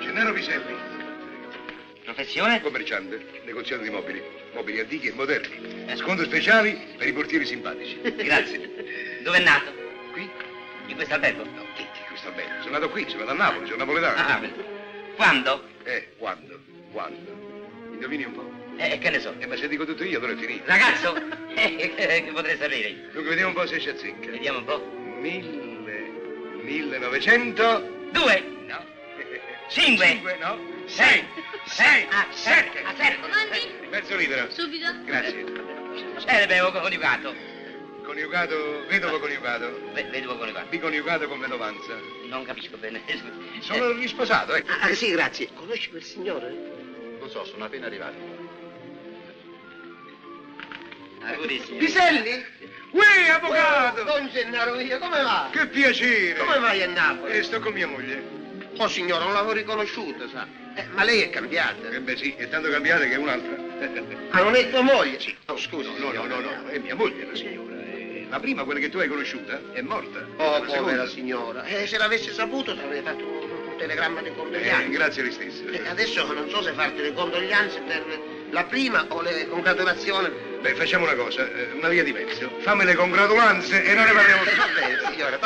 Fornero Piselli, Professione? commerciante, negoziante di mobili, mobili antichi e moderni, sconto speciali per i portieri simpatici. Grazie. Dove è nato? Qui? In questo albergo? No, che di questo albergo? Sono nato qui, sono da Napoli, sono napoletano. Ah, quando? Eh, quando? Quando? Indovini un po'. Eh, che ne so. Eh, ma se dico tutto io allora è finito. Ragazzo? Eh, eh, che potrei sapere io? Dunque vediamo un po' se ci azzecca. Vediamo un po'. Mille... 1900... Due, No. Cinque. Cinque, no. Sei. Sei. Ah, sette. ah, sette. Comandi, Verso libero. subito. Grazie. eh, l'abbiamo coniugato. Coniugato, vedovo coniugato, Ve- vedo coniugato. biconiugato con vedovanza. Non capisco bene. Eh, scusi. Sono risposato, ecco. Ah, sì, grazie. Conosci quel signore? Lo so, sono appena arrivato. Auguri, signore. Piselli? Uè, avvocato! Don Gennaro mio, come va? Che piacere! Come vai a Napoli? Eh, sto con mia moglie. Oh, signora, non l'avevo riconosciuta, sa. Eh, ma lei è cambiata. Eh beh sì, è tanto cambiata che è un'altra. Ma Ah, non è tua moglie? Sì. Oh, scusa. No, no, no, no, no, eh. è mia moglie la signora. Eh, La prima, quella che tu hai conosciuta, è morta. Oh, La povera seconda- signora. Eh, se l'avessi saputo sarei fatto un un telegramma di Eh, condoglianze. grazie lei stessa. Eh, adesso non so se farti le condoglianze per la prima o le congratulazioni. Beh, facciamo una cosa, eh, una via di mezzo. Fammi le congratulanze e noi ne parliamo. Va bene, signora.